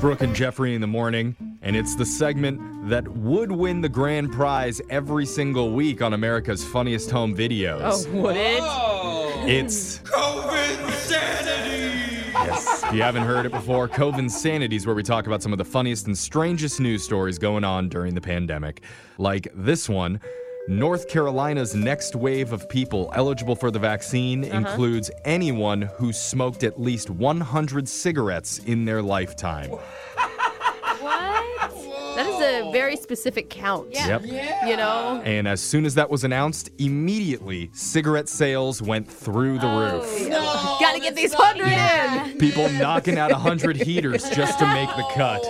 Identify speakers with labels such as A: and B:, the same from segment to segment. A: Brooke and Jeffrey in the morning, and it's the segment that would win the grand prize every single week on America's Funniest Home Videos.
B: Oh, would it?
A: It's
C: COVID sanity.
A: Yes. If you haven't heard it before, Cove Insanity is where we talk about some of the funniest and strangest news stories going on during the pandemic. Like this one North Carolina's next wave of people eligible for the vaccine includes anyone who smoked at least 100 cigarettes in their lifetime.
B: What? That is a very specific count.
A: Yep.
B: You know?
A: And as soon as that was announced, immediately cigarette sales went through the roof.
C: No,
B: Gotta get these
C: that's not-
B: 100 in.
A: People knocking out 100 heaters just to make the cut.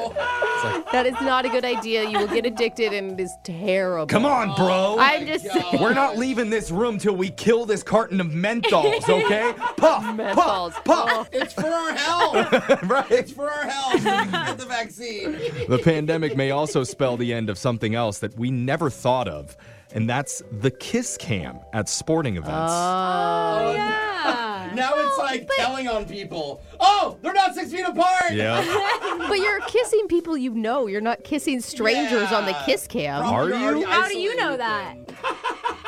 B: That is not a good idea. You will get addicted and it is terrible.
A: Come on, bro.
C: Oh
B: I'm just saying.
A: We're not leaving this room till we kill this carton of menthols, okay? Puff,
B: Menthols.
A: puff, puff.
C: It's for our health.
A: Right.
C: for our health. Get the vaccine.
A: The pandemic may also spell the end of something else that we never thought of, and that's the kiss cam at sporting events.
D: Yeah.
C: Now it's like telling on people. Oh, they're not six feet apart.
A: yeah.
B: But you're kissing people you know. You're not kissing strangers on the
C: Yeah.
B: kiss cam.
A: Are
C: You're
A: you?
C: already
D: How do you know
C: isolated
D: that?
C: them.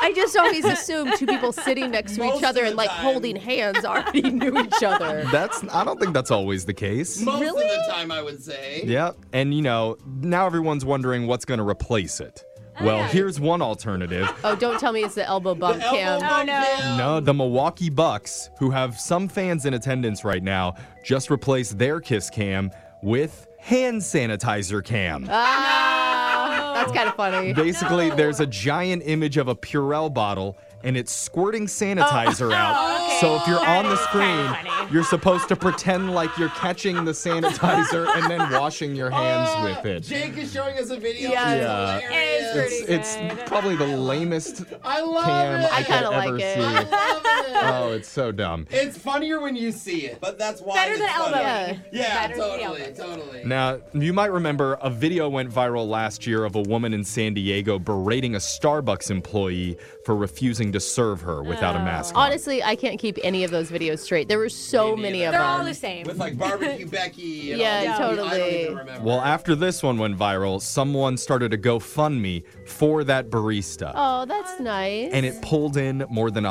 B: I just always assume two people sitting next to
C: Most
B: each other
C: of the
B: and like
C: time.
B: holding hands already knew each other.
A: That's I don't think that's always the case.
C: Most
B: Really?
C: of the time, I would say.
A: Yeah. And you know, now everyone's wondering what's going to replace it. Well, here's one alternative.
B: Oh, don't tell me it's the elbow bump
C: Elbow
B: cam.
C: bump
D: Oh, no.
C: cam.
A: No, the Milwaukee Bucks, who have some fans in attendance right now, just replaced their kiss cam with hand sanitizer cam.
B: Ah, that's kind of funny.
A: Basically, there's a giant image of a Purell bottle and it's squirting sanitizer out. So if you're on the screen, you're supposed to pretend like you're catching the sanitizer and then washing your hands with it.
C: Jake is showing us a video.
B: Yeah.
A: Yeah.
C: It's hilarious.
D: It's pretty-
A: It's, it's probably the lamest
C: I love
A: cam
C: it.
A: I
B: kinda
A: could
B: like
A: ever
B: it.
A: see.
C: I love it.
A: Oh, it's so dumb.
C: It's funnier when you see it, but that's why.
D: Better
C: it's
D: than
C: funny.
D: elbowing.
C: Yeah,
D: Better than
C: totally,
D: elbowing.
C: totally.
A: Now, you might remember a video went viral last year of a woman in San Diego berating a Starbucks employee for refusing to serve her without a
B: Oh,
A: mask on.
B: Honestly, I can't keep any of those videos straight. There were so
C: Me
B: many
C: neither.
B: of
D: They're
B: them.
D: all the same.
C: With like barbecue Becky. And
B: Yeah,
C: all that. I don't
B: totally.
C: even remember.
A: Well, after this one went viral, someone started a GoFundMe for that barista.
B: Oh, that's nice.
A: And it pulled in more than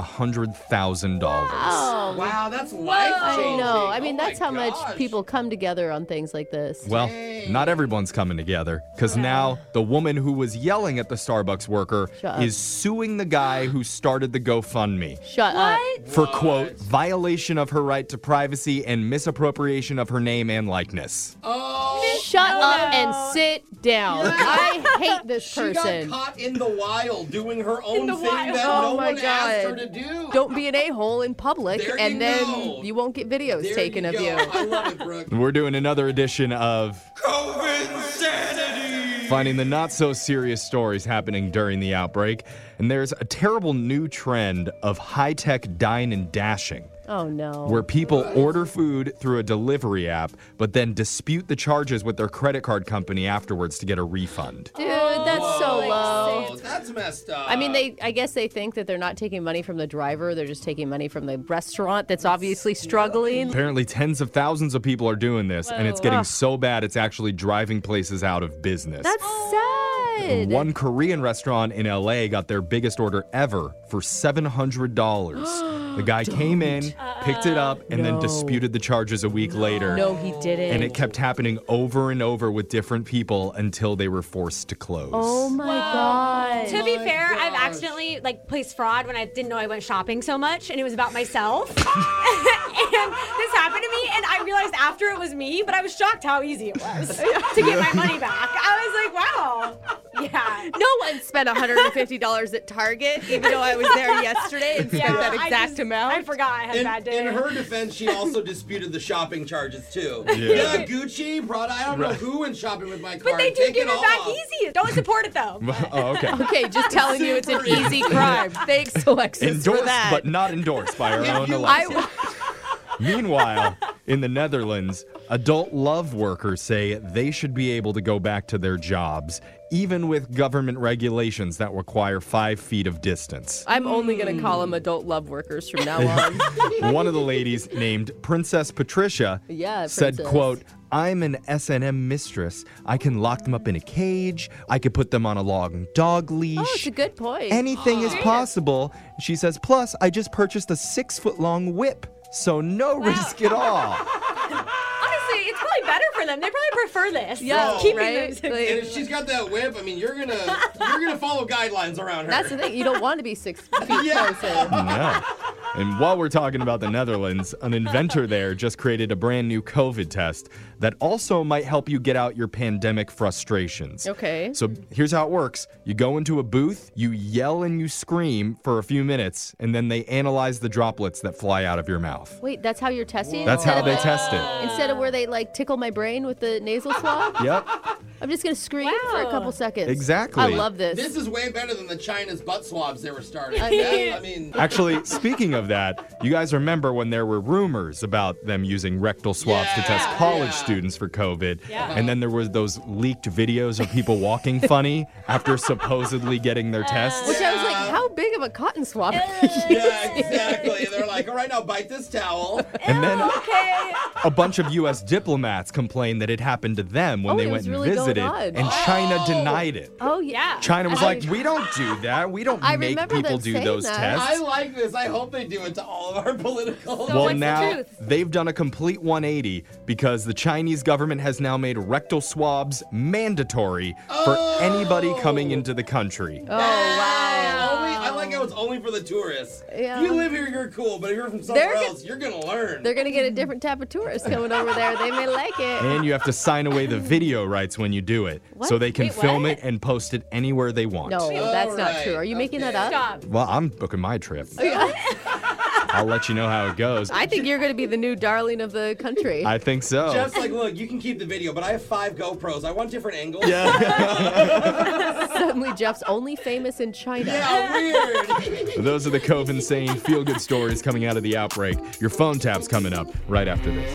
A: $100,000.
B: oh,
C: wow, that's life
B: I
C: changing.
B: know. I mean,
C: Oh
B: that's
C: my
B: how much
C: gosh.
B: people come together on things like this.
A: Well, not everyone's coming together because now the woman who was yelling at the Starbucks worker
B: Shut up.
A: is suing the guy who started the GoFundMe.
B: Shut
D: What?
B: up.
A: for quote violation of her right to privacy and misappropriation of her name and likeness.
C: Oh,
B: Shut up and sit down. I hate this
C: she got
B: person.
C: caught in the wild doing her own
D: the
C: thing
D: wild.
C: that
B: Oh
C: no
B: my
C: one asked her
B: God.
C: to do.
B: Don't be an a-hole in public
C: There
B: and
C: you
B: then
C: go.
B: you won't get videos
C: there
B: taken
C: you
B: of
C: go.
B: you.
C: I love it, Brooke.
A: We're doing another edition of
C: COVID sanity.
A: finding the not so serious stories happening during the outbreak. And there's a terrible new trend of high tech dine and dashing.
B: Oh no.
A: Where people order food through a delivery app, but then dispute the charges with their credit card company afterwards to get a refund.
B: Dude, that's so
D: like,
B: low.
C: Oh, that's messed up.
B: I mean, they. I guess they think that they're not taking money from the driver; they're just taking money from the restaurant that's obviously struggling.
A: Apparently, tens of thousands of people are doing this, and it's
D: Whoa.
A: getting
B: Ugh.
A: so bad it's actually driving places out of business.
B: That's sad.
A: One Korean restaurant in LA got their biggest order ever for $700. the guy came in, picked it up, and then
B: No.
A: disputed the charges a week later.
B: no, he didn't.
A: And it kept happening over and over with different people until they were forced to close.
B: oh my god.
D: To be
C: my
D: fair, I've
C: gosh.
D: accidentally like placed fraud when I didn't know I went shopping so much, and it was about myself. and this happened to me, and I realized after it was me, but I was shocked how easy it was to get my money back. I was like, wow, yeah.
E: No one spent $150 at Target, even though I was there yesterday and spent
D: Yeah,
E: that
D: I
E: exact
D: just-
E: amount.
D: I forgot I had a
C: In,
D: bad day.
C: in her defense, she also disputed the shopping charges too. Yeah, Gucci brought I don't know who in shopping with my card.
D: but they do
C: Take
D: give it,
C: all
D: back
C: off.
D: easy. Don't support it though.
A: oh, okay.
B: Okay, just telling you it's an
C: Super
B: easy crime. Thanks, Alexis, for
A: endorsed,
B: that.
A: but not endorsed by our own
C: you-
A: Alexa.
B: I,
A: Meanwhile, in the Netherlands, adult love workers say they should be able to go back to their jobs, even with government regulations that require five feet of distance.
B: I'm only gonna call them adult love workers from now on.
A: One of the ladies named Princess Patricia
B: Yeah,
A: said,
B: Princess.
A: quote, I'm an S&M mistress. I can lock them up in a cage. I could put them on a long dog leash.
B: Oh, it's a good point.
A: Anything is possible. She says, plus, I just purchased a six foot long whip, so no risk at all.
D: Honestly, it's probably better for them. They probably prefer this.
B: yeah,
C: Whoa.
D: keeping them.
B: right?
D: so-
B: Like,
C: And if she's got that whip, I mean, you're gonna you're gonna follow guidelines around her.
B: that's the thing. You don't want to be six feet
C: Yeah.
B: close in.
A: No. And while we're talking about the Netherlands, an inventor there just created a brand new COVID test that also might help you get out your pandemic frustrations.
B: Okay.
A: So here's how it works you go into a booth, you yell and you scream for a few minutes, and then they analyze the droplets that fly out of your mouth.
B: Wait, that's how you're testing?
A: That's how
B: Instead
A: they
B: of,
A: test it.
B: Instead of where they like tickle my brain with the nasal swab,
A: Yep.
B: I'm just gonna scream for a
D: Wow.
B: couple seconds.
A: Exactly.
B: I love this.
C: This is way better than the China's butt swabs they were starting.
B: I
C: Yeah, I mean,
A: Actually, speaking of that, you guys remember when there were rumors about them using rectal swabs to test
C: Yeah,
A: college
C: yeah.
A: students for COVID,
B: Uh-huh.
D: Yeah.
A: and then there was those leaked videos of people walking funny after supposedly getting their
B: Which
A: tests.
B: I was like, how big of a cotton swab?
C: yeah, exactly. They're like, all right, now bite this towel.
A: And then
D: Okay.
A: a bunch of U.S. diplomats complained that it happened to them when
B: Oh,
A: they
B: it
A: went
B: was
A: and
B: really going
A: visited,
B: on.
A: and China denied it.
B: oh yeah.
A: China was
B: I-
A: like, "We don't do that. We don't
B: I
A: make
B: remember
A: people
B: them
A: do
B: saying
A: those
B: that.
A: tests."
C: I like this. I hope they do it to all of our political.
D: So-
A: Well,
D: what's the
A: now
D: truth?
A: they've done a complete 180 because the Chinese government has now made rectal swabs mandatory for anybody coming into the country.
B: Oh wow.
C: Only, I like how it's only for the tourists.
B: Yeah.
C: If you live here, you're cool, but if you're from somewhere
B: They're gonna-
C: else, you're gonna learn.
B: They're gonna get a different type of tourist coming over there. They may like it.
A: And you have to sign away the video rights when you do it so
B: What?
A: they can
D: Wait,
A: film
D: what?
A: it and post it anywhere they want.
B: no, that's not
C: Alright,
B: true. Are you making that
C: okay.
B: up?
D: Stop.
A: Well, I'm booking my trip. I'll let you know how it goes.
B: I think you're gonna be the new darling of the country.
A: I think so.
C: Jeff's like, look, you can keep the video, but I have five GoPros. I want different angles.
A: yeah.
B: Suddenly, Jeff's only famous in China.
C: Yeah, weird.
A: Those are the Cove Insane feel good stories coming out of the outbreak. Your phone tap's coming up right after this.